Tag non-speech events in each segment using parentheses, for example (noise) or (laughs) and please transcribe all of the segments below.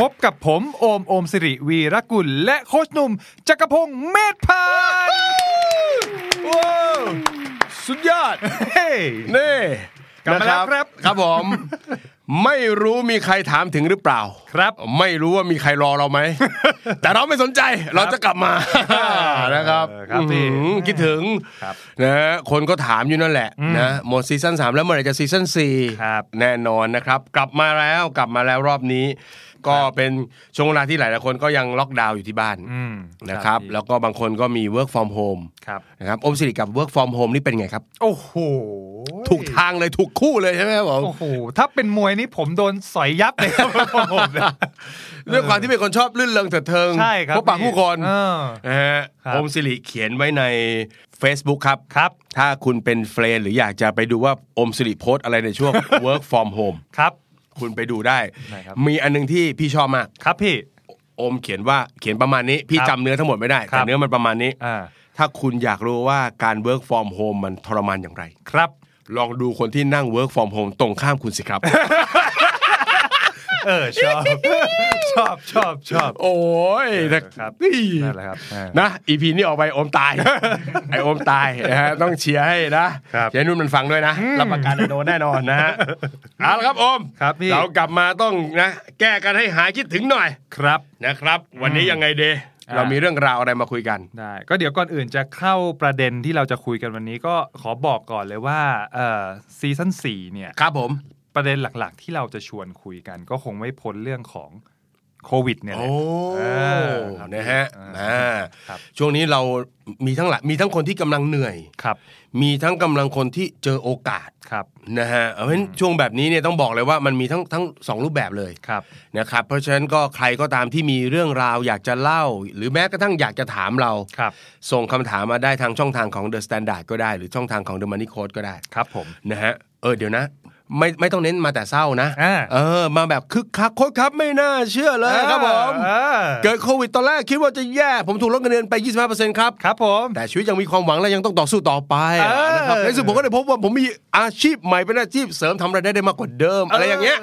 พบกับผม โอม โอมสิริวีรกุล และโคชหนุ่ม จักรพงษ์เมธพันธ์ว้าว สุดยอด เฮ้ นี่ กลับมาแล้วครับ นะครับครับผม (laughs) ไม่รู้มีใครถามถึงหรือเปล่า ครับ ไม่รู้ว่ามีใครรอเรา (laughs) ไหม แต่เราไม่สนใจเราจะกลับมา นะครับ เออครับพี่ อื้อหือคิดถึง ครับ นะฮะคนก็ถามอยู่นั่นแหละนะหมดซีซั่น3แล้วเมื่อไหร่จะซีซั่น ครับ 4แน่นอนนะครับ กลับมาแล้วกลับมาแล้วรอบนี้ ก็เป็นช่วงเวลาที่หลายๆคนก็ยังล็อกดาวน์อยู่ที่บ้าน อืม นะครับ พี่ แล้วก็บางคนก็มี work from home ครับ นะครับอมสิริกับ work from home นี่เป็นไงครับ โอ้โห ถูกทางเลยถูกคู่เลยใช่ไหมครับผม โอ้โห ถ้าเป็นมวยนี่ผมโดนสอยยับเลยครับผมเนี่ย ด้วยความที่เป็นคนชอบลื่นเริงเถิดเทิง ใช่ครับ พบปะผู้คน เออ นะฮะ ครับ อมสิริเขียนไว้ใน Facebook ครับ ครับ ถ้าคุณเป็นเฟรนด์หรืออยากจะไปดูว่าอมสิริโพสต์อะไรใน (laughs) ช่วง work from home ครับ คุณไปดูได้ ได้ครับ มีอันหนึงที่พี่ชอบมาก ครับพี่ อมเขียนว่าเขียนประมาณนี้ พี่ ครับ จำเนื้อทั้งหมดไม่ได้ ครั แต่ บ เนื้อมันประมาณนี้ อ่า ถ้าคุณอยากรู้ว่าการ work from home มันทรมานอย่างไร ครับ ลองดูคนที่นั่ง work from home ตรงข้ามคุณสิครับ เออ ชอบ (laughs) ชอบชอบชอบ โอ้ย เออนะครับ นี่ นั่นแหละครับเออ นะอีพีนี้ออกไปโอม (laughs) ตาย ไอโอมตายนะฮะต้องเชียร์ให้นะครับ เชียร์ให้นุ่นมันฟังด้วยนะรับประกันโดนแน่นอนนะ (laughs) ฮะเอาละครับโอม ครับพี่ เรากลับมาต้องนะ แก้กันให้หายคิดถึงหน่อย ครับ นะครับ วันนี้ยังไงเดย์ อ่า เรามีเรื่องราวอะไรมาคุยกัน ได้ ก็เดี๋ยวก่อนอื่นจะเข้าประเด็นที่เราจะคุยกันวันนี้ก็ขอบอกก่อนเลยว่าเอ่อซีซั่น4เนี่ย ครับผม ประเด็นหลักๆ ที่เราจะชวนคุยกัน ก็คงไม่พ้นเรื่องของโควิดเนี่ยแห โอ้ ละเออครับ นะฮะอ่า ครับ ช่วงนี้เรามีทั้งหลายมีทั้งคนที่กำลังเหนื่อย ครับ มีทั้งกำลังคนที่เจอโอกาส ครับ นะฮะเพราะฉะนั้นช่วงแบบนี้เนี่ยต้องบอกเลยว่ามันมีทั้งทั้งสองรูปแบบเลย ครับ นะครับ เพราะฉะนั้นก็ใครก็ตามที่มีเรื่องราวอยากจะเล่า หรือแม้กระทั่งอยากจะถามเรา ครับ ส่งคำถามมาได้ทางช่องทางของ The Standard ก็ได้ หรือช่องทางของ The Money Code ก็ได้ ครับผม นะฮะเออเดี๋ยวนะ ไม่ไม่ต้องเน้นมาแต่เศร้านะ อ่า เออ มาแบบคึกคักโคตรครับไม่น่าเชื่อเลยครับผม เออ เกิดโควิดตอนแรกคิดว่าจะแย่ ผมถูกลดเงินเดือนไป 25%ครับ ครับผม แต่ชีวิตยังมีความหวังและยังต้องต่อสู้ต่อไป เออ นะครับในที่สุดผมก็ได้พบว่าผมมีอาชีพใหม่เป็นอาชีพเสริมทำรายได้ได้มากกว่าเดิม อะไรอย่างเงี้ย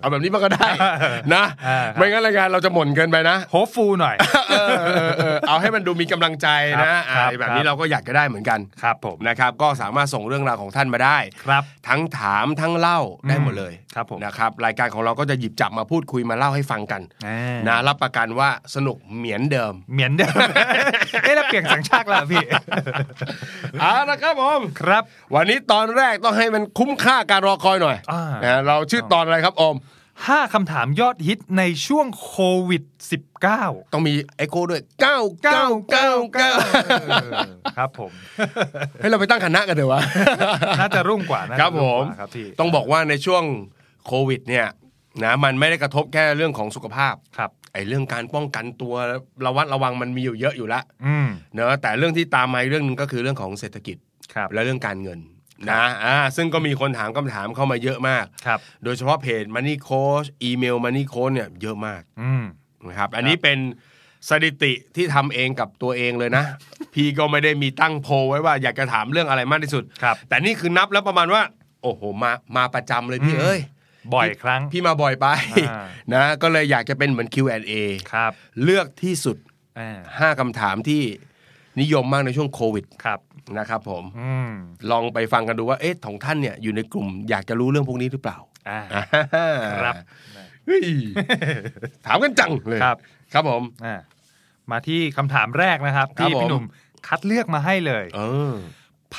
เอาแบบนี้มันก็ (laughs) ได้ นะ เออครับ ไม่งั้นรายการเราจะหม่นเกินไปนะ (laughs) โฮฟูหน่อย เออเออเออเอาให้มันดูมีกำลังใจนะครับคอ่ารับ แบบนี้เราก็อยากจะได้เหมือนกัน ครับผม นะครับ ก็สามารถส่งเรื่องราวของท่านมาได้ ครับ ทั้งถามทั้งเล่าได้หมดเลย ครับผม นะครับรายการของเราก็จะหยิบจับมาพูดคุยมาเล่าให้ฟังกัน อ่าน นะรับประกันว่าสนุกเหมือนเดิ (laughs) ม เหมียนเดิม เอ๊ะแล้วเปลี่ยนสัญชาติละพี่ เอาละครับผม ครับ วันนี้ตอนแรกต้องให้มันคุ้มค่าการรอคอยหน่อย อ่าน นะเราชื่อตอนอะไรครับอม ห้าคำถามยอดฮิตในช่วงโควิด -19 ต้องมีไอโคด้วย 9 9 9 9 ครับผม ให้เราไปตั้งคณะกันเถอะวะ น่าจะรุ่งกว่าน่าจะ ครับผม งกว่าครับพี่ ต้องบอกว่าในช่วงโควิดเนี่ยนะมันไม่ได้กระทบแค่เรื่องของสุขภาพ ครับ ไอเรื่องการป้องกันตัวระวัดระวังมันมีอยู่เยอะอยู่ละ อืม เนอะแต่เรื่องที่ตามมาอีกเรื่องหนึงก็คือเรื่องของเศรษฐกิจ ครับ และเรื่องการเงินนะอ่าซึ่งก็มีคนถามคำถามเข้ามาเยอะมาก ครับ โดยเฉพาะเพจ Money Coach อีเมล Money Coach เนี่ยเยอะมาก อืม นะครับอันนี้เป็นสถิติที่ทำเองกับตัวเองเลยนะ พี่ก็ไม่ได้มีตั้งโพลไว้ว่าอยากจะถามเรื่องอะไรมากที่สุด ครับ แต่นี่คือนับแล้วประมาณว่า โอ้โหมามาประจำเลยพี่เอ้ย บ่อยครั้ง พี่มาบ่อยไป อ่า นะก็เลยอยากจะเป็นเหมือน Q&A ครับ เลือกที่สุด อ่า 5คำถามที่นิยมมากในช่วงโควิด ครับ นะครับผม อืม ลองไปฟังกันดูว่าเอ๊ะของท่านเนี่ยอยู่ในกลุ่มอยากจะรู้เรื่องพวกนี้หรือเปล่า อ่า ค ค รั รับ บถามกันจังเลย ครับ ครับผม อ่ามาที่คำถามแรกนะครับ ครับ ที่พี่ ผม หนุ่มคัดเลือกมาให้เลย เออ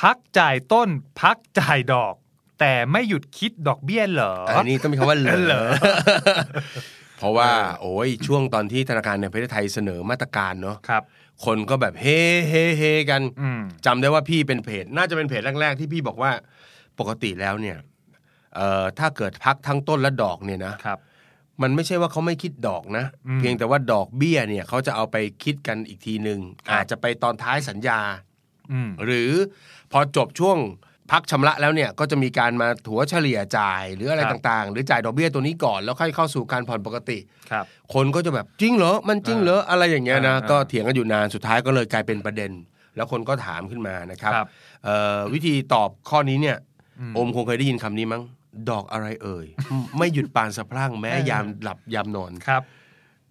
พักจ่ายต้น พักจ่ายดอก แต่ไม่หยุดคิดดอกเบี้ยเหรอ อันนี้ต้องมีคำว่าเหล เหรอ อเพราะว่า โอ้ยช่วงตอนที่ธนาคารในประเทศไทยเสนอมาตรการเนาะ ครับ คนก็แบบเฮ้เฮ้เฮกัน อืม จำได้ว่าพี่เป็นเพจ น่าจะเป็นเพจแรก ๆ ที่พี่บอกว่าปกติแล้วเนี่ยเอ่อถ้าเกิดพักทั้งต้นและดอกเนี่ยนะครับ มันไม่ใช่ว่าเขาไม่คิดดอกนะ อืม เพียงแต่ว่าดอกเบี้ยเนี่ยเขาจะเอาไปคิดกันอีกทีหนึ่งอาจจะไปตอนท้ายสัญญา อืม หรือพอจบช่วงพักชำระแล้วเนี่ยก็จะมีการมาถัวเฉลี่ยจ่ายหรืออะไร ครับ ต่างๆ หรือจ่ายดอกเบี้ยตัวนี้ก่อนแล้วค่อยเข้าสู่การผ่อนปกติ ครับ คนก็จะแบบจริงเหรอ มันจริงเหรอ อะไรอย่างเงี้ยนะ อ่า ก็เถียงกันอยู่นานสุดท้ายก็เลยกลายเป็นประเด็น แล้วคนก็ถามขึ้นมานะครับ ครับ เอ่อวิธีตอบข้อนี้เนี่ย อืม โอมคงเคยได้ยินคำนี้มั้ง ดอกอะไรเอ่ย ไม่หยุดปานสะพรั่งแม้ เออ ยามหลับยามนอน ครับ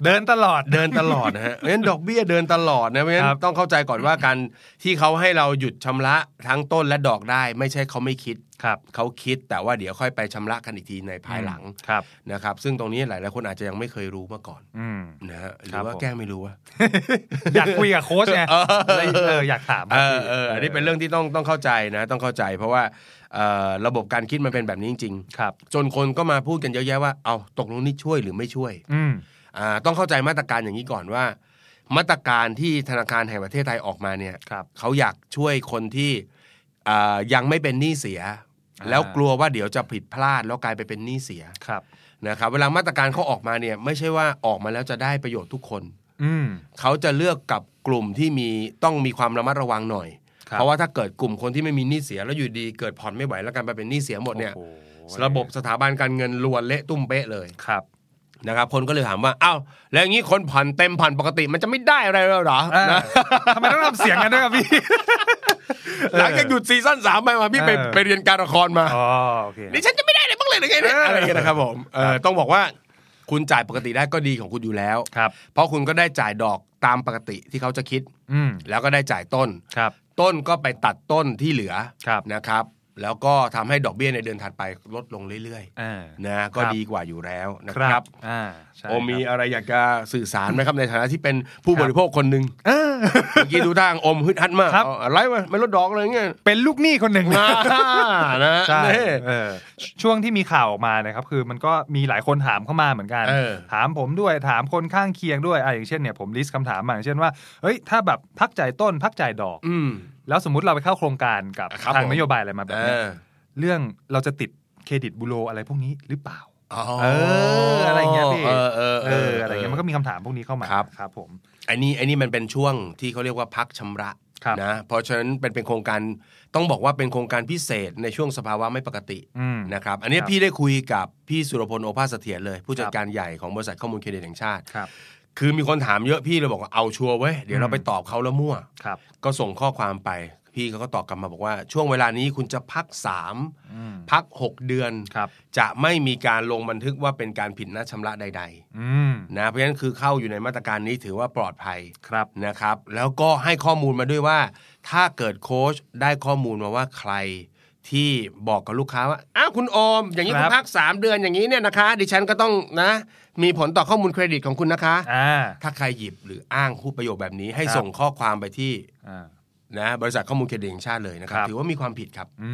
เดินตลอด เดินตลอดนะฮ (laughs) ะเพราะฉะนั้นดอกเบี้ยเดินตลอดนะเพราะฉะนั้ คน รับ ต้องเข้าใจก่อนว่าการที่เขาให้เราหยุดชำระทั้งต้นและดอกได้ ไม่ใช่เขาไม่คิด ครับ เขาคิดแต่ว่าเดี๋ยวค่อยไปชำระกันอีกทีในภายหลัง ครับ นะครับ ซึ่งตรงนี้หลายๆคนอาจจะยังไม่เคยรู้มาก่อน อืม นะฮะห ค รื รั อบ ว่า ผม แกล้งไม่รู้วะ อยากคุยกับโค้ชไง เออ เลยเอออยากถาม เออเอออันนี้เป็นเรื่องที่ต้องต้องเข้าใจนะ ต้องเข้าใจเพราะว่าเอ่อระบบการคิดมันเป็นแบบนี้จริง ครับ ๆ จนคนก็มาพูดกันเยอะแยะว่าเอาตกลงนี่ช่วยหรือไม่ช่วย อืม อ่าต้องเข้าใจมาตรการอย่างนี้ก่อนว่า มาตรการที่ธนาคารแห่งประเทศไทยออกมาเนี่ย ครับ เขาอยากช่วยคนที่อ่ายังไม่เป็นหนี้เสีย อ่า แล้วกลัวว่าเดี๋ยวจะผิดพลาดแล้วกลายไปเป็นหนี้เสีย ครับ นะครับเวลามาตรการเขาออกมาเนี่ยไม่ใช่ว่าออกมาแล้วจะได้ประโยชน์ทุกคน อืม เขาจะเลือกกับกลุ่มที่มีต้องมีความระมัดระวังหน่อย ครับ เพราะว่าถ้าเกิดกลุ่มคนที่ไม่มีหนี้เสียแล้วอยู่ดีเกิดผ่อนไม่ไหวแล้วกันไปเป็นหนี้เสียหมดเนี่ย โอ้โห ระบบสถาบันการเงินลวนเละตุ้มเป๊ะเลย ครับ นะครับคนก็เลยถามว่าอ้าวแล้วอย่างนี้คนผ่อนเต็มผ่อนปกติมันจะไม่ได้อะไรแล้วเหรอ อ่า นะ ทำไมต้องทำเสียงกันด้วยครับพี่ หลังจากหยุดซีซั่นสามไปมาพี่ไป เออ ไปเรียนการละครมา อ๋อโอเคครับ ดิฉันจะไม่ได้อะไรบ้างเลยหรือไงเนี่ย เอออ อะไรอย่างเงี้ยนะครับผมเออต้องบอกว่าคุณจ่ายปกติได้ก็ดีของคุณอยู่แล้ว ครับ เพราะคุณก็ได้จ่ายดอกตามปกติที่เขาจะคิด อืม แล้วก็ได้จ่ายต้น ครับ ต้นก็ไปตัดต้นที่เหลือ ครับ นะครับ แล้วก็ทำให้ดอกเบี้ยในเดือนถัดไปลดลงเรื่อย อ่า ๆนะก็ ครับ ดีกว่าอยู่แล้วนะครับ อ่า ใช่ โอมี ครับ อะไรอยากจะสื่อสารไหมครับ ในฐานะที่เป็นผู้ ครับ บริโภคคนหนึ่ง เออ เมื่อกี้ดูทางอมฮึดฮัดมาก ครับ เอาอะไรวะไม่ลดดอกเลยเงี้ย เป็นลูกหนี้คนหนึ่ง อ่านะ ใช่ นี่ เออชช่วงที่มีข่าวออกมานะครับ คือมันก็มีหลายคนถามเข้ามาเหมือนกัน เออ ถามผมด้วยถามคนข้างเคียงด้วยอ่ะอย่างเช่นเนี่ยผมลิสต์คำถามมาอย่างเช่นว่าเฮ้ยถ้าแบบพักจ่ายต้น พักจ่ายดอก อืม แล้วสมมติเราไปเข้าโครงการกับ ครับ ทาง ผม นโยบายอะไรมาแบบ เอ เนี้ย อ เรื่องเราจะติดเครดิตบูโรอะไรพวกนี้หรือเปล่า อ๋อ เอออะไรอย่างเงี้ยพี่ เออเออ เอออะไรเงี้ยมันก็มีคำถามพวกนี้เข้ามา ครับ ครับผม ไอ้นี่ไอ้นี่มันเป็นช่วงที่เขาเรียกว่าพักชำระ ครับ นะเพราะฉะนั้นเป็นเป็นโครงการต้องบอกว่าเป็นโครงการพิเศษในช่วงสภาวะไม่ปกติ อืม นะครับอันนี้ ครับ พี่ได้คุยกับพี่สุรพลโอภาสเสถียรเลย ผู้จัด ครับ การใหญ่ของบริษัทข้อมูลเครดิตแห่งชาติ ครับ คือมีคนถามเยอะพี่เลยบอกว่าเอาชัวร์เว้ยเดี๋ยว อืม เราไปตอบเขาแล้วมั่ว ครับ ก็ส่งข้อความไป พี่เขาก็ตอบกลับมาบอกว่าช่วงเวลานี้คุณจะพัก อืม 3 พัก 6 เดือน ครับ จะไม่มีการลงบันทึกว่าเป็นการผิดนัดชำระใด อืม ๆ นะเพราะฉะนั้นคือเข้าอยู่ในมาตรการนี้ถือว่าปลอดภัย ครับ นะครับแล้วก็ให้ข้อมูลมาด้วยว่า ถ้าเกิดโค้ชได้ข้อมูลมาว่าใครที่บอกกับลูกค้าว่าอ้าวคุณโอม อย่างนี้คุณพักสามเดือนอย่างนี้เนี่ยนะคะ ดิฉันก็ต้องนะ มีผลต่อข้อมูลเครดิตของคุณนะคะ อ่า ถ้าใครหยิบหรืออ้างพูดประโยคแบบนี้ ให้ ครับ ส่งข้อความไปที่ อ่า นะบริษัทข้อมูลเครดิตแห่งชาติเลยนะครับ ครับ ถือว่ามีความผิดครับ อื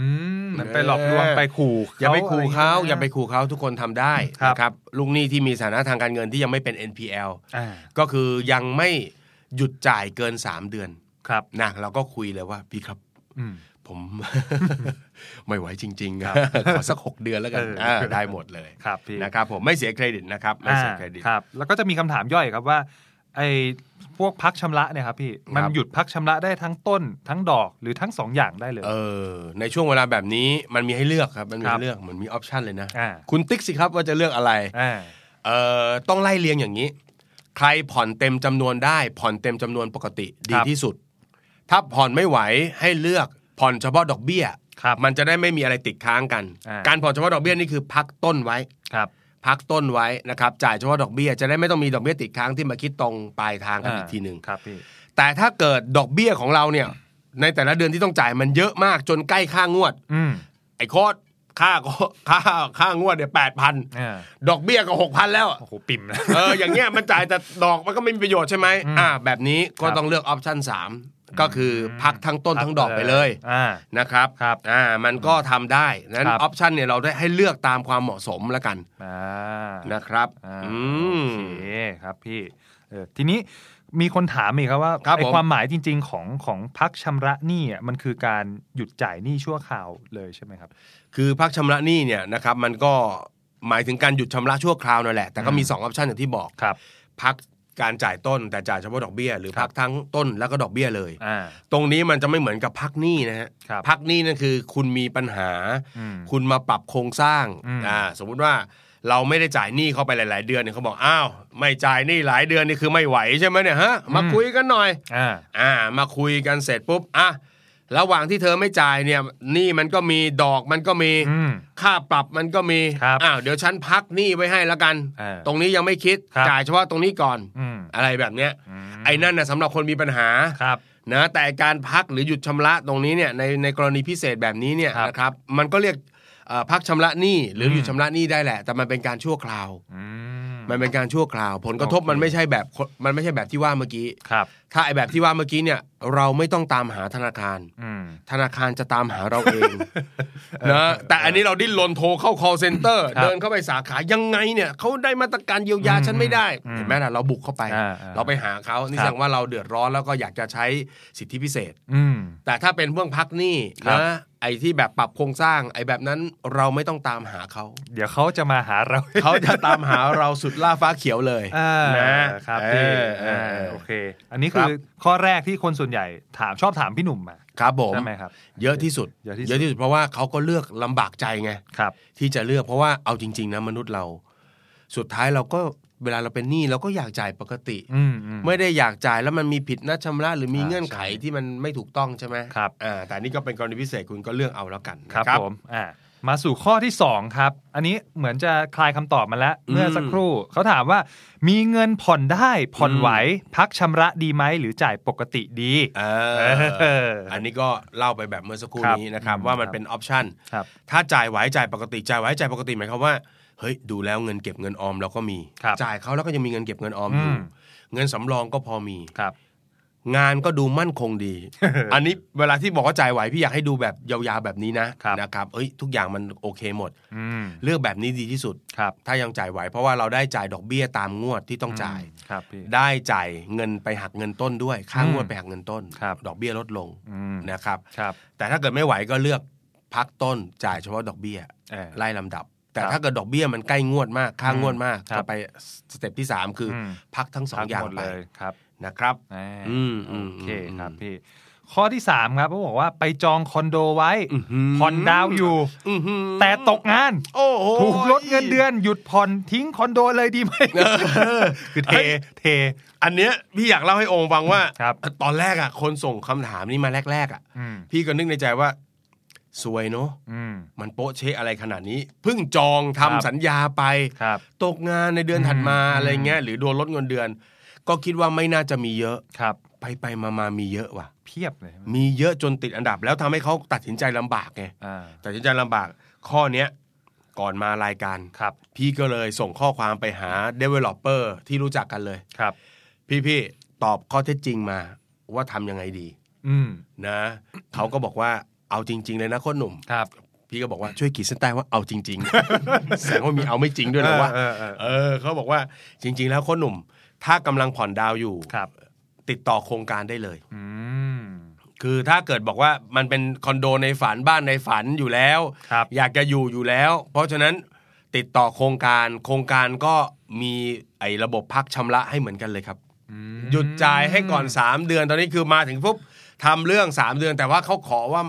มมันไปหลอกลวงไปขู่ อย่าไปขู่เขาอย่าไป ะร ขู่เขาทุกคนทำได้ ครับ นะครับลูกหนี้ที่มีสถานะทางการเงินที่ยังไม่เป็น NPL อ่า ก็คือยังไม่หยุดจ่ายเกินสามเดือน ครับ นะเราก็คุยเลยว่าพี่ครับ อืม ผม (laughs) ไม่ไหวจริงๆ (laughs) ครับ ขอสักหกเดือนแล้วกัน เออ เออได้หมดเลย ครับพี่ นะครับผมไม่เสียเครดิตนะครับไม่ อ่า เสียเครดิต ครับ แล้วก็จะมีคำถามย่อยครับว่า ไอ้พวกพักชำระเนี่ยครับพี่ มัน ครับ หยุดพักชำระได้ทั้งต้น ทั้งดอกหรือทั้งสองอย่างได้เลย เออในช่วงเวลาแบบนี้มันมีให้เลือกครับมันมี ครั ให้ บ เลือกเหมือนมีออปชันเลยนะ อ่า คุณติ๊กสิครับว่าจะเลือกอะไร อ่า เออต้องไล่เรียงอย่างนี้ ใครผ่อนเต็มจำนวนได้ ผ่อนเต็มจำนวนปกติดีที่สุด ถ้าผ่อนไม่ไหวให้เลือกผ่อนเฉพาะดอกเบี้ย ครับ มันจะได้ไม่มีอะไรติดค้างกัน อ่า การผ่อนเฉพาะดอกเบี้ยนี่คือพักต้นไว้ ครับ พักต้นไว้นะครับจ่ายเฉพาะดอกเบี้ยจะได้ไม่ต้องมีดอกเบี้ยติดค้างที่มาคิดตรงปลายทางกันอีกทีหนึ่ง ครับพี่ แต่ถ้าเกิดดอกเบี้ยของเราเนี่ยในแต่ละเดือนที่ต้องจ่ายมันเยอะมากจนใกล้ค่างวด อืม ไอ้โคตรค่าก็ (laughs) ค่าค่างวดเนี่ยแปดพัน อ่า ดอกเบี้ยก็หกพันแล้ว โอ้โหปิ่มนะ เอออย่างเงี้ยมันจ่ายแต่ดอกมันก็ไม่มีประโยชน์ใช่ไหม อืม อ่าแบบนี้ก็ต้องเลือกออปชั่นสามก็คือพักทั้งต้นทั้งดอกไปเลย อ่า นะครับ ครับ อ่ามันก็ทำได้นั้น ค อ รับ อปชันเนี่ยเราได้ให้เลือกตามความเหมาะสมแล้วกัน อ่า นะครับ อ่า อืม โอเคครับพี่เออทีนี้มีคนถามอีกครับว่า ครับ ไอ ผม ความหมายจริง ๆ ของของพักชำระหนี้อ่ะมันคือการหยุดจ่ายหนี้ชั่วคราวเลยใช่ไหมครับ คือพักชำระหนี้เนี่ยนะครับมันก็ หมายถึงการหยุดชำระชั่วคราวนั่นแหละ แต่ก็มี อืม 2องออปชันอย่างที่บอก ครับ พักการจ่ายต้นแต่จ่ายเฉพาะดอกเบี้ยหรือ ครับ พักทั้งต้นแล้วก็ดอกเบี้ยเลย อ่า ตรงนี้มันจะไม่เหมือนกับพักหนี้นะฮะ ครับ พักหนี้นั่นคือคุณมีปัญหา อืม คุณมาปรับโครงสร้าง อืม อ่าสมมุติว่าเราไม่ได้จ่ายหนี้เข้าไปหลาย ๆ เดือนเนี่ยเขาบอกอ้าวไม่จ่ายหนี้หลายเดือนนี่คือไม่ไหวใช่ไหมเนี่ยฮะมาคุยกันหน่อย อ่า อ่ามาคุยกันเสร็จปุ๊บอ่ะระหว่างที่เธอไม่จ่ายเนี่ยหนี้มันก็มีดอกมันก็มี อืม ค่าปรับมันก็มี ครับ อ้าวเดี๋ยวฉันพักหนี้ไว้ให้ละกัน อ่า ตรงนี้ยังไม่คิด ครับ จ่ายเฉพาะตรงนี้ก่อน อืม อะไรแบบเนี้ยไอ้นั่นนะสำหรับคนมีปัญหา ครับ นะแต่การพักหรือหยุดชำระตรงนี้เนี่ยในในกรณีพิเศษแบบนี้เนี่ย ครับ นะครับมันก็เรียกเอ่อพักชำระหนี้หรืออ ม หยุดชำระหนี้ได้แหละ แต่มันเป็นการชั่วคราว อืม มันเป็นการชั่วคราว ผลกระทบมันไม่ใช่แบบมันไม่ใช่แบบที่ว่าเมื่อกี้ ครับ ถ้าไอแบบที่ว่าเมื่อกี้เนี่ยเราไม่ต้องตามหาธนาคาร อืม ธนาคารจะตามหาเราเองนะแต่อันนี้เราดิ้นรนโทรเข้า call center ครับ เดินเข้าไปสาขายังไงเนี่ยเขาได้มาตรการเยียวยา อืม ฉันไม่ได้ อืม เห็นไหมล่ะเราบุกเข้าไป อ่าอ่า เราไปหาเขานี่ ครับ แสดงว่าเราเดือดร้อนแล้วก็อยากจะใช้สิทธิพิเศษ อืม แต่ถ้าเป็นเรื่องพักหนี้ ครับ นะไอ้ที่แบบปรับโครงสร้าง ไอ้แบบนั้นเราไม่ต้องตามหาเขา เดี๋ยวเขาจะมาหาเรา (laughs) เขาจะตามหาเราสุดล่าฟ้าเขียวเลย อ่าครับพี่ เออเออ เออโอเค อันนี้คือ ครับ ข้อแรกที่คนส่วนใหญ่ถามชอบถามพี่หนุ่มมา ครับผม ใช่ไหมครับ เยอะที่สุด เยอะที่สุด สุดเพราะว่าเขาก็เลือกลำบากใจไง ครับ ที่จะเลือกเพราะว่าเอาจริง ๆนะมนุษย์เรา สุดท้ายเราก็เวลาเราเป็นหนี้เราก็อยากจ่ายปกติ อืมอืม ไม่ได้อยากจ่ายแล้วมันมีผิดนัดชำระหรือมี อ่า เงื่อนไข ใช่ ที่มันไม่ถูกต้องใช่ไหม ครับ อ่าแต่นี่ก็เป็นกรณีพิเศษคุณก็เลือกเอาแล้วกัน ครับ นะ ผมอ่ามาสู่ข้อที่ 2 ครับ อันนี้เหมือนจะคลายคำตอบมาแล้ว อืม เมื่อสักครู่เขาถามว่า มีเงินผ่อนได้ผ่อน อืม ไหว พักชำระดีไหมหรือจ่ายปกติดี เอ เออออั อันนี้ก็เล่าไปแบบเมื่อสักครู่ ครับ นี้นะครับ อืม ว่ามัน ครับ เป็นออปชัน ครับ ถ้าจ่ายไหวจ่ายปกติจ่ายไหวจ่ายปกติหมายความว่าเฮ้ยดูแล้วเงินเก็บเงินออมเราก็มี ครับ จ่ายเขาแล้วก็ยังมีเงินเก็บเงินออมอยู่ อืม เงินสำรองก็พอมี ครับ งานก็ดูมั่นคง (laughs) ดี อันนี้เวลาที่บอกว่าจ่ายไหวพี่อยากให้ดูแบบยาวๆแบบนี้นะนะครับ เอ้ยทุกอย่างมันโอเคหมด อืม เลือกแบบนี้ดีที่สุด ครับ ถ้ายังจ่ายไหว เพราะว่าเราได้จ่ายดอกเบี้ยตามงวดที่ต้องจ่าย มครับพี่ ได้จ่ายเงินไปหักเงินต้นด้วย ค่างวด อืม ไปหักเงินต้น ครับ ดอกเบี้ยลดลง อืม นะครับ ครับ แต่ถ้าเกิดไม่ไหวก็เลือกพักต้นจ่ายเฉพาะดอกเบี้ย เออ ไล่ลำดับ แต่ ครับ ถ้าเกิดดอกเบี้ยมันใกล้งวดมากค่างวดมาก ครับ ก็ไปสเต็ปที่สามคืออ ม พักทั้งสองอย่าง ทั้หมด ไป เลยครับ นะครับ อ่า อืมอืม โอเค อืม ครับพี่ ข้อที่ 3 ครับเขาบอกว่าไปจองคอนโดไว้ อื้อหือ ผ่อนดาวอยู่ อื้อหือ แต่ตกงาน โอ้โห ถูกลดเงินเดือนหยุดผ่อนทิ้งคอนโดเลยดีไหม เออ คือเท เฮ้ย เท อันเนี้ยพี่อยากเล่าให้องค์ฟังว่า ครับ ตอนแรกอ่ะ คนส่งคำถามนี้มาแรก ๆ อ่ะ อืม พี่ก็นึกในใจว่า สวยเนอะ อืม มันโป๊ะเชะอะไรขนาดนี้ เพิ่งจอง ครั ทำ บ สัญญาไป ครับ ตกงานในเดือนถัดมา อืม อะไรเงี้ยหรือโดนลดเงินเดือน ก็คิดว่าไม่น่าจะมีเยอะ ครับ ไปไปมามามีเยอะว่ะ เพียบเลยใช่ไหม มีเยอะจนติดอันดับ แล้วทำให้เขาตัดสินใจลำบากไง อ่า ตัดสินใจลำบาก ข้อเนี้ยก่อนมารายการ ครับ พี่ก็เลยส่งข้อความไปหา developer ที่รู้จักกันเลย ครับ พี่พี่ตอบข้อเท็จจริงมาว่าทำยังไงดี อืม นะ เขาก็บอกว่าเอาจริง ๆ เลยนะโคนหนุ่ม ครับ พี่ก็บอกว่าช่วยขีดเส้นใต้ว่าเอาจริง ๆ (laughs) แสดงว่ามีเอาไม่จริงด้วยนะว่า เออเออเออ เออเขาบอกว่าจริง ๆ แล้วโคนหนุ่ม ถ้ากำลังผ่อนดาวอยู่ ครับ ติดต่อโครงการได้เลย อืม คือถ้าเกิดบอกว่ามันเป็นคอนโดในฝันบ้านในฝันอยู่แล้ว ครับ อยากจะอยู่อยู่แล้ว เพราะฉะนั้นติดต่อโครงการ โครงการก็มีไอ้ระบบพักชำระให้เหมือนกันเลยครับ อืม หยุดจ่ายให้ก่อน 3 เดือนตอนนี้คือมาถึงปุ๊บทำเรื่อง 3 เดือน แต่ว่าเขาขอว่า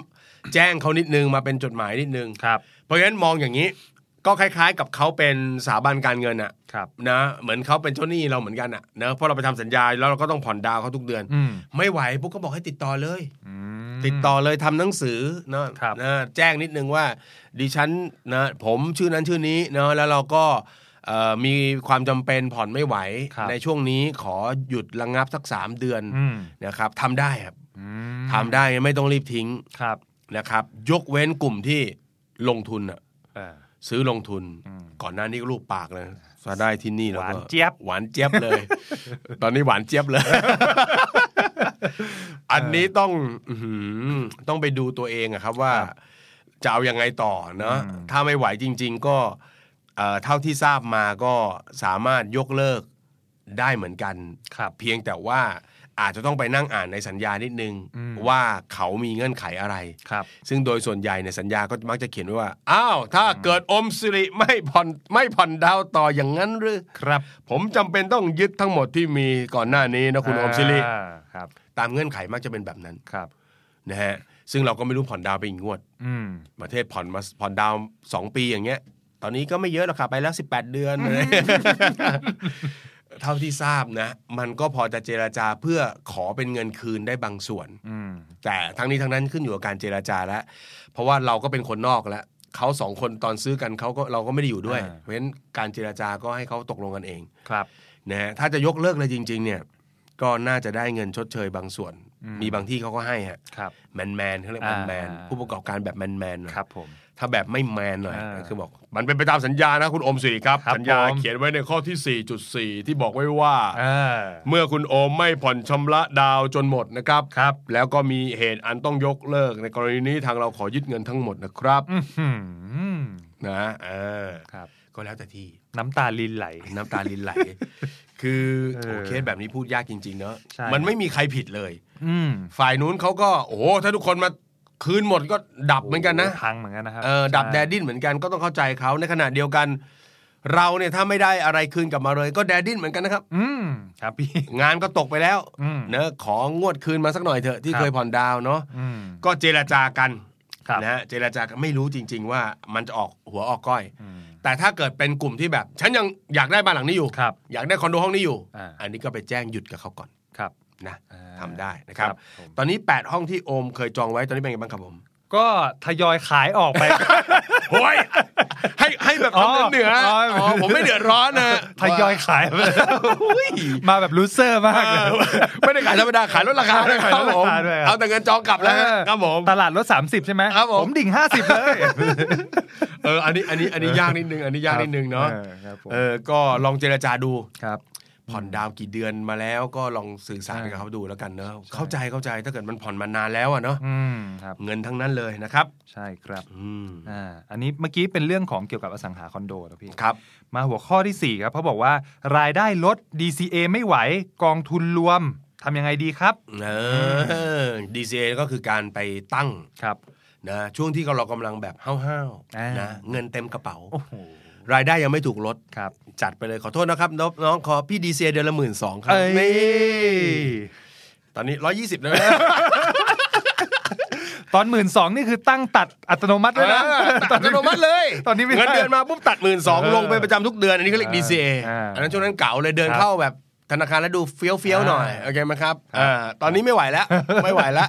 แจ้งเขานิดนึงมาเป็นจดหมายนิดนึง ครับ เพราะฉะนั้นมองอย่างนี้ ก็คล้ายๆ กับเขาเป็นสถาบันการเงินอะ ครับ นะเหมือนเขาเป็นเจ้าหนี้เราเหมือนกันอะนะเพราะเราไปทำสัญญาแล้วเราก็ต้องผ่อนดาวเขาทุกเดือน อืม ไม่ไหวปุ๊บก็บอกให้ติดต่อเลย อืม ติดต่อเลยทำหนังสือเนาะ ครับ นะแจ้งนิดนึงว่าดิฉันนะผมชื่อนั้นชื่อนี้เนาะแล้วเราก็เอ่อมีความจำเป็นผ่อนไม่ไหว ครับ ในช่วงนี้ขอหยุดระงงับสักสามเดือน อืม นะครับทำได้ครับ อืม ทำได้ไม่ต้องรีบทิ้ง ครับ นะครับ ยกเว้นกลุ่มที่ลงทุนอะ เออ ซื้อลงทุน อืม ก่อนหน้านี้ก็รูปปากเลยถ้าได้ที่นี่แล้วหวาก็นเจี๊ยบ หวานเจี๊ยบเลย (laughs) ตอนนี้หวานเจี๊ยบเลย อันนี้ต้องอื้อหือต้องไปดูตัวเองอะครับว่า จะเอายังไงต่อเนาะถ้าไม่ไหวจริง ๆ ก็เอ่อเท่าที่ทราบมาก็สามารถยกเลิกได้เหมือนกัน ครับ เพียงแต่ว่าอาจจะต้องไปนั่งอ่านในสัญญานิดนึง อืม ว่าเขามีเงื่อนไขอะไร ครับ ซึ่งโดยส่วนใหญ่เนี่ยสัญญาก็มักจะเขียนไว้ว่า อ้าว ถ้าเกิดอมสิริไม่ผ่อนไม่ผ่อนดาวต่ออย่างนั้นหรือ ครับ ผมจำเป็นต้องยึดทั้งหมดที่มีก่อนหน้านี้นะคุณอมสิริ อ่าครับ ตามเงื่อนไขมักจะเป็นแบบนั้น ครับ นะฮะ ซึ่งเราก็ไม่รู้ผ่อนดาวไปอีกงวด อืม ประเทศผ่อนมาผ่อนดาวสองปีอย่างเงี้ย ตอนนี้ก็ไม่เยอะหรอกค่ะไปแล้ว 18 เดือน (laughs) เท่าที่ทราบนะ มันก็พอจะเจรจาเพื่อขอเป็นเงินคืนได้บางส่วน อืม แต่ทั้งนี้ทั้งนั้นขึ้นอยู่กับการเจรจาแล้ว เพราะว่าเราก็เป็นคนนอกแล้วเขาสองคนตอนซื้อกันเขาก็เราก็ไม่ได้อยู่ด้วย อ่า เพราะฉะนั้นการเจรจาก็ให้เขาตกลงกันเอง ครับ นะฮะถ้าจะยกเลิกเลยจริง ๆ เนี่ย ก็น่าจะได้เงินชดเชยบางส่วน อืม มีบางที่เขาก็ให้ฮะ ครับ แมนแมนๆเขาเรียกแมนแมน อ่า ผู้ประกอบการแบบแมนแมนๆหน่อย ครับผม ถ้าแบบไม่แมนหน่อย อ่า คือบอก มันเป็นไปตามสัญญานะคุณโอมสิริครับ ครับ สัญญา ผม เขียนไว้ในข้อที่ 4.4 ที่บอกไว้ว่า เออ เมื่อคุณโอมไม่ผ่อนชำระดาวจนหมดนะครับ ครับ แล้วก็มีเหตุอันต้องยกเลิกในกรณีนี้ทางเราขอยึดเงินทั้งหมดนะครับ อื้อหือ นะเออ ครับ ก็แล้วแต่ที่ น้ำตาลินไหล น้ำตาลินไหล คือ เออ โอ้เคสแบบนี้พูดยากจริง ๆ เนอะ ใช่ มันไม่มีใครผิดเลย อืม ฝ่ายนู้นเขาก็โอ้โหถ้าทุกคนมาคืนหมดก็ดับเหมือนกันนะ โพังเหมือนกันนะครั เออดับ ใช่ แดดดิ้นเหมือนกันก็ต้องเข้าใจเขาในขณะเดียวกัน เราเนี่ยถ้าไม่ได้อะไรคืนกลับมาเลย ก็แดดดิ้นเหมือนกันนะครับ อืม ครับพี่ งานก็ตกไปแล้ว อืม เนอะของงวดคืนมาสักหน่อยเถอะที่ ครับ เคยผ่อนดาวน์เนาะ อืม ก็เจรจากัน ครับ นะฮะเจรจากันไม่รู้จริง ๆ ว่ามันจะออกหัวออกก้อย อืม แต่ถ้าเกิดเป็นกลุ่มที่แบบ ฉันยังอยากได้บ้านหลังนี้อยู่ ครับ อยากได้คอนโดห้องนี้อยู่ อ่า อันนี้ก็ไปแจ้งหยุดกับเขาก่อน ครับ นะ อ่า ทำได้นะครับ ครับผม ตอนนี้ 8 ห้องที่โอมเคยจองไว้ตอนนี้เป็นไงบ้างครับผม ก็ทยอยขายอ (laughs) อกไป โอ้ย (laughs) ให้ให้แบบ อ๋อ ทำเป็นเหนือ อ๋ อ๋ ออ๋ อผมไม่เดือดร้อนนะ ทยอยขายไป อุ๊ย มาแบบลูเซอร์มาก เอ เลย อไม่ได้ขายธรรมดาขายลดราคาด้วยค ขา รั ยลดบรา ผม คาด้วยครับ เอาแต่เงินจองกลับแล้วฮะครับผม ตลาดลด30 ใช่ไหม ครับผม ดิ่ง 50 เลย เอออันนี้อันนี้อันนี้ยากนิดนึง อันนี้ยากนิดนึงเนาะ ออครับผม เออก็ลองเจรจาดู ครับ ผ่อนดาวกี่เดือนมาแล้วก็ลองสื่อสารกับเขาดูแล้วกันเนอะเข้าใจเข้าใจถ้าเกิดมันผ่อนมานานแล้วอะเนาะ อืมครับ เงินทั้งนั้นเลยนะครับ ใช่ครับ อืม อ่าอันนี้เมื่อกี้เป็นเรื่องของเกี่ยวกับอสังหาคอนโดนะพี่ ครับ มาหัวข้อทีสี่4ครับเขาบอกว่ารายได้ลด DCA ไม่ไหวกองทุนรวมทำยังไงดีครับ เออดีเจก็คือการไปตั้ง ครับ นะช่วงที่เรากำลังแบบห้าว อ่า ๆ น นะเงินเต็มกระเป๋า โอ้โห รายได้ยังไม่ถูกลด ครับ จัดไปเลยขอโทษนะครับนน้องขอพี่ดีเซียเดือนละหมื่นสองครับ เอ้ นี่ ย ตอนนี้ร้อยยี่สิบแล้ว ตอนหมื่นสองนี่คือตั้งตัดอัตโนมัติเลยนะ ตัดอัตโนมัติเลย ตอนนี้ไม่ เงิน ได้ เดือนมาปุ๊บตัดหมื่นสอง เออ ลงไปประจำทุกเดือน อันนี้เขาเรียก อ่า ดีซีเอ อ่า อันนั้นช่วงนั้นเก่าเลยเดิน ครับ เข้าแบบธนาคารแล้วดูเฟี้ยวเฟี้ยวๆหน่อย อ่า โอเคไหมครับอ่าตอนนี้ไม่ไหวแล้ว ไม่ไหวแล้ว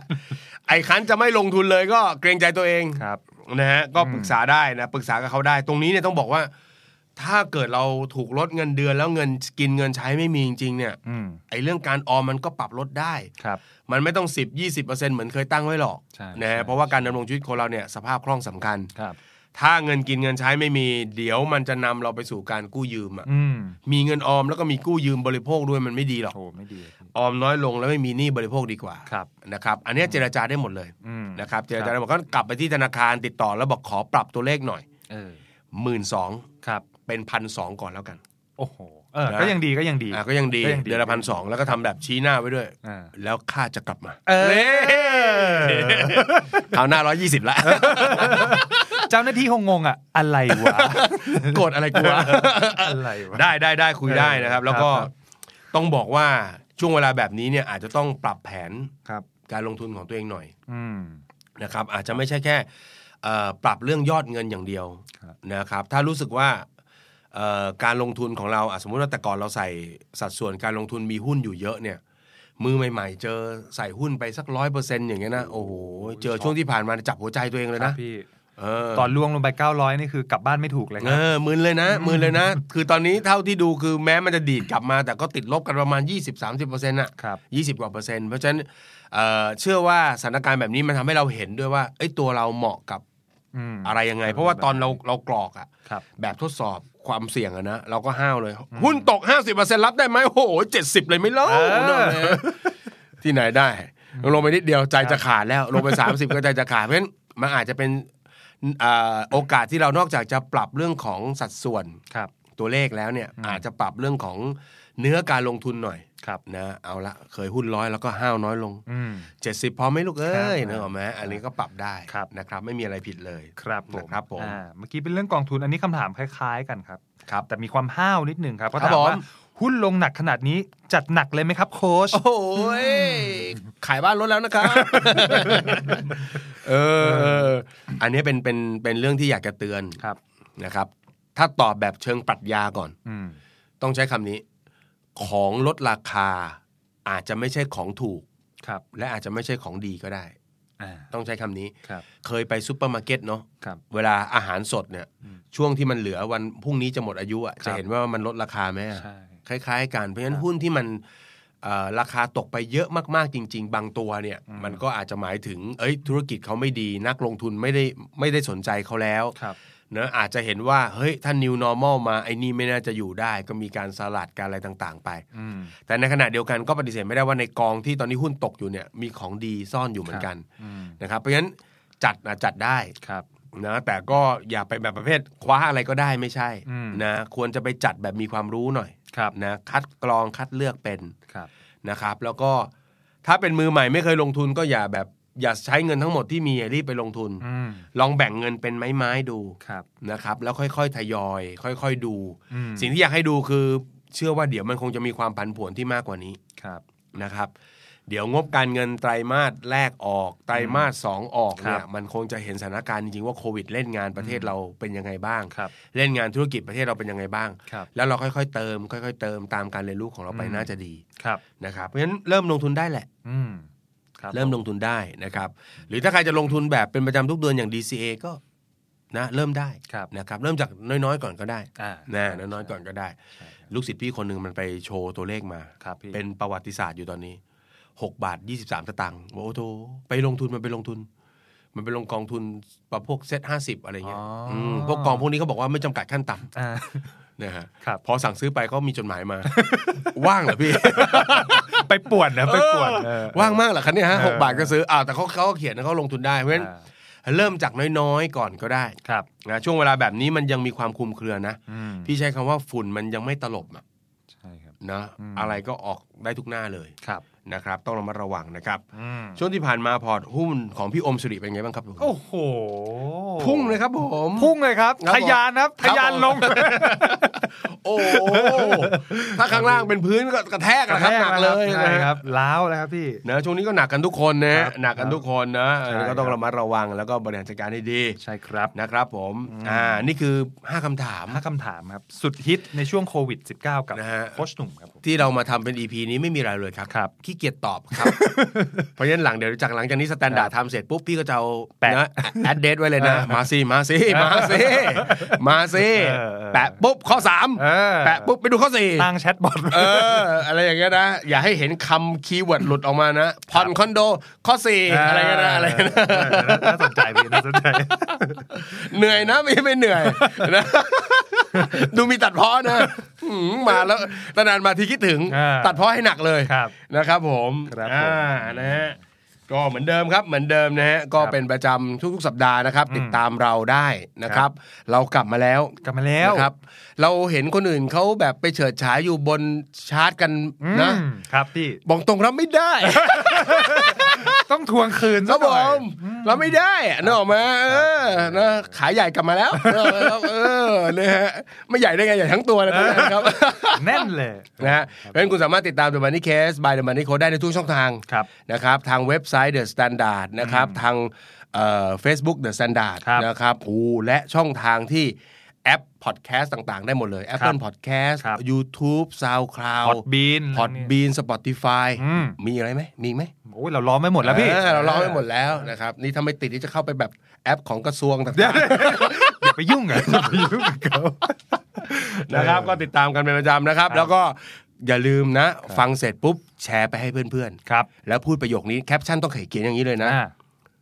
ไอ้คันจะไม่ลงทุนเลยก็เกรงใจตัวเอง ครับ นะฮะก็ปรึกษาได้นะปรึกษากับเขาได้ ตรงนี้เนี่ยต้องบอกว่า ถ้าเกิดเราถูกลดเงินเดือนแล้วเงินกินเงินใช้ไม่มีจริงๆเนี่ย อืม ไอ้เรื่องการออมมันก็ปรับลดได้ ครับ มันไม่ต้อง 10 20%เหมือนเคยตั้งไว้หรอก ใช่ นะ ใช่ ฮะเพราะว่าการดำรงชีวิตคนเราเนี่ยสภาพคล่องสำคัญ ครับ ถ้าเงินกินเงินใช้ไม่มี เดี๋ยวมันจะนำเราไปสู่การกู้ยืมอะ อืม มีเงินออมแล้วก็มีกู้ยืมบริโภคด้วยมันไม่ดีหรอก โหไม่ดี ออมน้อยลงแล้วไม่มีหนี้บริโภคดีกว่า ครับ นะครับ อันเนี้ยเจรจาได้หมดเลย อืม นะครับเจรจาได้หมดก็กลับไปที่ธนาคารติดต่อแล้วบอกขอปรับตัวเลขหน่อย เออ หมื่นสอง ครับ เป็นพันสองก่อนแล้วกัน โอ้โห เออ นะ ก็ยังดีก็ยังดี อ่ะก็ยังดี ก็ยังดี เดือนละพันสองแล้วก็ทำแบบชี้หน้าไว้ด้วย อ่า แล้วค่าจะกลับมา (laughs) เออ เอาหน้าร้อยยี่สิบ (laughs) ละ เจ้าหน้าที่คงงงอ่ะ อะไรวะ โกรธ (laughs) อะไรกูวะ อะไรวะ (laughs) ได้ได้ได้คุยได้นะครับ เออ แล้วก็ ครับ ต้องบอกว่าช่วงเวลาแบบนี้เนี่ยอาจจะต้องปรับแผน ครับ การลงทุนของตัวเองหน่อย อืม นะครับ อาจจะไม่ใช่แค่เอ่อปรับเรื่องยอดเงินอย่างเดียว ครับ นะครับ ถ้ารู้สึกว่าเอ่อการลงทุนของเราอ่ะสมมุติว่าแต่ก่อนเราใส่สัดส่วนการลงทุนมีหุ้นอยู่เยอะเนี่ย มือใหม่ ๆ เจอใส่หุ้นไปสักร้อยเปอร์เซ็นต์อย่างเงี้ยนะโอ้โหเจอช่วงที่ผ่านมาจับหัวใจตัวเองเลย ครั นะ บพี่ เออ ตอนล่วงลงไป 900 นี่คือกลับบ้านไม่ถูกเลยค เอ รับ อมืนเลยนะมืนเลยนะ คือตอนนี้เท่าที่ดูคือแม้มันจะดีดกลับมา แต่ก็ติดลบกันประมาณ 20-30%เปอร์เซ็นต์น่ะ ครับ ยี่สิบกว่าเปอร์เซ็นต์เพราะฉะนั้นเอ่อเชื่อว่าสถานการณ์แบบนี้มันทำให้เราเห็นด้วยว่าเอ้ยตัวเราเหมาะกับ อืม อะไรยังไง เพราะว่าตอนเราเรากรอกอะ ครับ แบบทดสอบความเสี่ยงอะนะเราก็ห้าวเลย หุ้นตก 50%รับได้ไหมโอ้โห70 เลย (laughs) ไม่เล่า เออ เนอะ ที่ไหนได้ ลงไปนิดเดียวใจจะขาดแล้ว ลงไป 30 ก็ใจจะขาดเพราะฉะนั้นมันอาจจะเป็นอ่าโอกาสที่เรานอกจากจะปรับเรื่องของสัดส่วน ครับ ตัวเลขแล้วเนี่ยอาจจะปรับเรื่องของเนื้อการลงทุนหน่อย ครับ นะเอาละเคยหุ้นร้อยแล้วก็ห้าวน้อยลง อืม 70 พอไหมลูกเอ้ย ครับ เนกอะไหมอันนี้ก็ปรับได้ ครับ นะครับ ไม่มีอะไรผิดเลย ครับผม นะครับผม อ่าเมื่อกี้เป็นเรื่องกองทุนอันนี้คำถามคล้าย ๆ กันครับ ครับ แต่มีความห้าวนิดหนึ่งครับก็ ครั ถามบผม ว่าหุ้นลงหนักขนาดนี้จัดหนักเลยไหมครับ โค้ช โอ้ยขายบ้านรถแล้วนะครับ เออเออ อันนี้เป็นเป็นเป็นเรื่องที่อยากจะเตือน ครับ นะครับ ถ้าตอบแบบเชิงปรัชญาก่อน อืม ต้องใช้คำนี้ ของลดราคา อาจจะไม่ใช่ของถูก ครับ และอาจจะไม่ใช่ของดีก็ได้ อ่า ต้องใช้คำนี้ ครับ เคยไปซูเปอร์มาร์เก็ตเนาะ ครับ เวลาอาหารสดเนี่ย ช่วงที่มันเหลือวันพรุ่งนี้จะหมดอายุอะ ครับ จะเห็นว่ามันลดราคาไหมอะ ใช่ คล้าย ๆ กันเพราะฉะนั้ คน รับ หุ้นที่มันเอ่อราคาตกไปเยอะมากๆจริง ๆ บางตัวเนี่ย อืม มันก็อาจจะหมายถึง เอ้ย ธุรกิจเขาไม่ดี นักลงทุนไม่ได้ไม่ได้สนใจเขาแล้ว ครับ เนอะอาจจะเห็นว่าเฮ้ยถ้า new normal มาไอ้นี่ไม่น่าจะอยู่ได้ ก็มีการสลัดการอะไรต่างๆ ไป อืม แต่ในขณะเดียวกันก็ปฏิเสธไม่ได้ว่าในกองที่ตอนนี้หุ้นตกอยู่เนี่ยมีของดีซ่อนอยู่เหมือนกัน อืม นะครับเพราะฉะนั้นจัดนะจัดได้ ครับ นะแต่ก็อย่าไปแบบประเภทคว้าอะไรก็ได้ไม่ใช่ อืม นะควรจะไปจัดแบบมีความรู้หน่อย ครับ นะคัดกรองคัดเลือกเป็น ครับ นะครับ แล้วก็ถ้าเป็นมือใหม่ไม่เคยลงทุนก็อย่าแบบอย่าใช้เงินทั้งหมดที่มีรีบไปลงทุน อืม ลองแบ่งเงินเป็นไม้ไม้ๆดู ครับ นะครับ แล้วค่อยๆทยอย ค่อย ๆดู อืม สิ่งที่อยากให้ดูคือเชื่อว่าเดี๋ยวมันคงจะมีความผันผวนที่มากกว่านี้ ครับ นะครับเดี๋ยวงบการเงินไตรมาสแรกออก ไตรมาสสองออกเนี่ ครั ย บ มันคงจะเห็นสถานการณ์จริงๆว่าโควิดเล่นงานประเทศเราเป็นยังไงบ้าง ครับ เล่นงานธุรกิจประเทศเราเป็นยังไงบ้าง ครับ แล้วเราค่อยๆเติม ค่อยๆเติมตามการเรียนรู้ของเราไปน่าจะดี ครับ นะครับเพราะฉะนั้นเริ่มลงทุนได้แหละ อืมครับ เริ่มลงทุนได้นะครับ หรือถ้าใครจะลงทุนแบบเป็นประจำทุกเดือนอย่าง DCA ก็นะเริ่มได้ ครับ นะครับเริ่มจากน้อยๆก่อนก็ได้ อ่า นะ ใช่ น้อยๆก่อนก็ได้ ใช่ครับ ลูกศิษย์พี่คนหนึ่งมันไปโชว์ตัวเลขมา ครับพี่ เป็นประวัติศาสตร์อยู่ตอนนี้ หกบาทยี่สิบสามสตังค์บอกโอ้โหไปลงทุนมันไปลงทุน มันไปลงกองทุนประพวกเซ็ตห้าสิบอะไรเงี้ยมพวกกองพวกนี้เขาบอกว่าไม่จำกัดขั้นต่ อ่า ำนะฮะ ครับ พอสั่งซื้อไปก็มีจดหมายมา (laughs) ว่างเหรอพี่ (laughs) ไปป่วนนะไปป่วน เอ เอ อ อ ว่างมากเหรอคะเนี่ยฮะ เออ หกบาทก็ซื้ออ้าวแต่เขาเขาก็เขียนนะเขาลงทุนได้เพราะฉะนั้น อ่า เริ่มจากน้อยๆก่อนก็ได้ ครับ นะช่วงเวลาแบบนี้มันยังมีความคลุมเครือนะ อืม พี่ใช้คำว่าฝุ่นมันยังไม่ตลบอะ ใช่ครับ นะ อืม อะไรก็ออกได้ทุกหน้าเลย ครับ นะครับ ต้องระมัดระวังนะครับ อืม ช่วงที่ผ่านมาพอร์ตหุ้นของพี่อมสิริเป็นไงบ้างครับผม โอ้โห พุ่งเลยครับผม พุ่งเลยครับทะยานครับทะยานลง โอ้โหถ้าข้างล่างเป็นพื้นก็กระแทกนะครับหนักเลย ใช่ นะฮะ ครับล้าวแล้วครับพี่ นะช่วงนี้ก็หนักกันทุกคนนะครับ หนักกันทุกคนนะ ใช่ เออก็ต้องระมัดระวังแล้วก็บริหารจัดการให้ดี ใช่ครับ นะครับผมอ่านี่คือ 5คำถาม ถ้าคำถามครับ สุดฮิตในช่วงโควิด -19 กับ นะฮะ โค้ชหนุ่มครับผม ที่เรามาทำเป็น EP นี้ไม่มีอะไรเลยครับ ครับ ขี้เกียจตอบครับ (laughs) เพราะฉะนั้นหลังเดี๋ยวจากหลังจากนี้สแตนดาร์ดทำเสร็จปุ๊บพี่ก็จะเอา แปะ นะแอดเดทไว้เลยนะ เออ มาซิมาซิมาซิมาซิ เออเออ แปะปุ๊บข้อสาม เออ แปะปุ๊บไปดูข้อสี่ ตั้งแชทบอท เอออะไรอย่างเงี้ยนะอย่าให้เห็นคำคีย์เวิร์ดหลุดออกมานะผ่อนคอนโดข้อสี่อะไรเงี้ยนะอะไรเงี้ยนะ เออน่าสนใจพี่ (laughs) น่าสนใจ เหนื่อยนะไม่ไม่เหนื่อยนะ ดูมีตัดเพ้อนะหืมมาแล้วตนานมาทีคิดถึง อ่า ตัดเพ้อให้หนักเลย ครับ นะครับผม ครับ อ่านะฮะก็เหมือนเดิมครับเหมือนเดิมนะฮะก็ ครับ เป็นประจำทุกๆ สัปดาห์นะครับ อืม ติดตามเราได้นะครับ เรากลับมาแล้ว กลับมาแล้ว นะครับ เราเห็นคนอื่นเขาแบบไปเฉิดฉายอยู่บนชาร์ตกันนะ อืมครับพี่ บอกตรงรับไม่ได้ ต้องทวงคืน ค ซะ รับ ห ผ น่อย มเราไม่ได้อะนึกออกไหมาเออนะขายใหญ่กลับมา (laughs) แล้วเออเออนะฮะไม่ใหญ่ได้ไงใหญ่ทั้งตัวเลยนะครับ แน่นเลย นะฮะเพราะฉะนั้นคุณสามารถติดตาม The Money Case by The Money Code ได้ในทุกช่องทาง ครับ นะครับ ทางเว็บไซต์ The Standard นะครับ ทางเฟซบุ๊ก The Standard ครับ นะครับโอ้และช่องทางที่แอปพอดแคสต์ต่าง ๆ ได้หมดเลย Apple ครับ Podcast ครับ YouTube SoundCloud พอดบีน Podbean Spotify อืม มีอะไรไหมมีไหม โอ้ยเราล้อมไม่หมดแล้วพี่ เออเราล้อมไปหมดแล้วนะครับนี่ถ้าไม่ติดนี่จะเข้าไปแบบแอปของกระทรวงต่าง เดี๋ยวอย่าไปยุ่งอ่ะอย่าไปยุ่งกับเขา ๆนะครับ ก็ติดตามกันเป็นประจำนะครับ แล้วก็อย่าลืมนะ ฟังเสร็จปุ๊บแชร์ไปให้เพื่อน ครับ ๆ แล้วพูดประโยคนี้แคปชั่นต้องเขียนเขียนอย่างนี้เลยนะ อ่า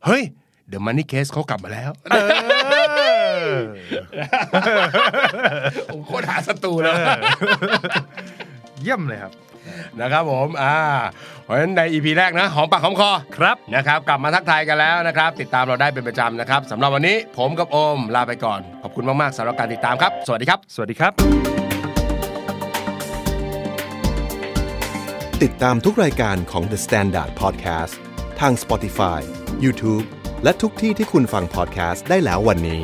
เฮ้ยเดี๋ยวมันนี่เคสเขากลับมาแล้วผมโคตรหาศัตรูแล้ว เยี่ยมเลยครับ นะครับผมอ่าเพราะฉะนั้นใน EP แรกนะหอมปากหอมคอ ครับ นะครับกลับมาทักทายกันแล้วนะครับ ติดตามเราได้เป็นประจำนะครับสำหรับวันนี้ผมกับโอมลาไปก่อน ขอบคุณมาก ๆสำหรับการติดตามครับ สวัสดีครับ สวัสดีครับ ติดตามทุกรายการของ The Standard Podcast ทาง Spotify, YouTube และทุกที่ที่คุณฟัง podcast ได้แล้ววันนี้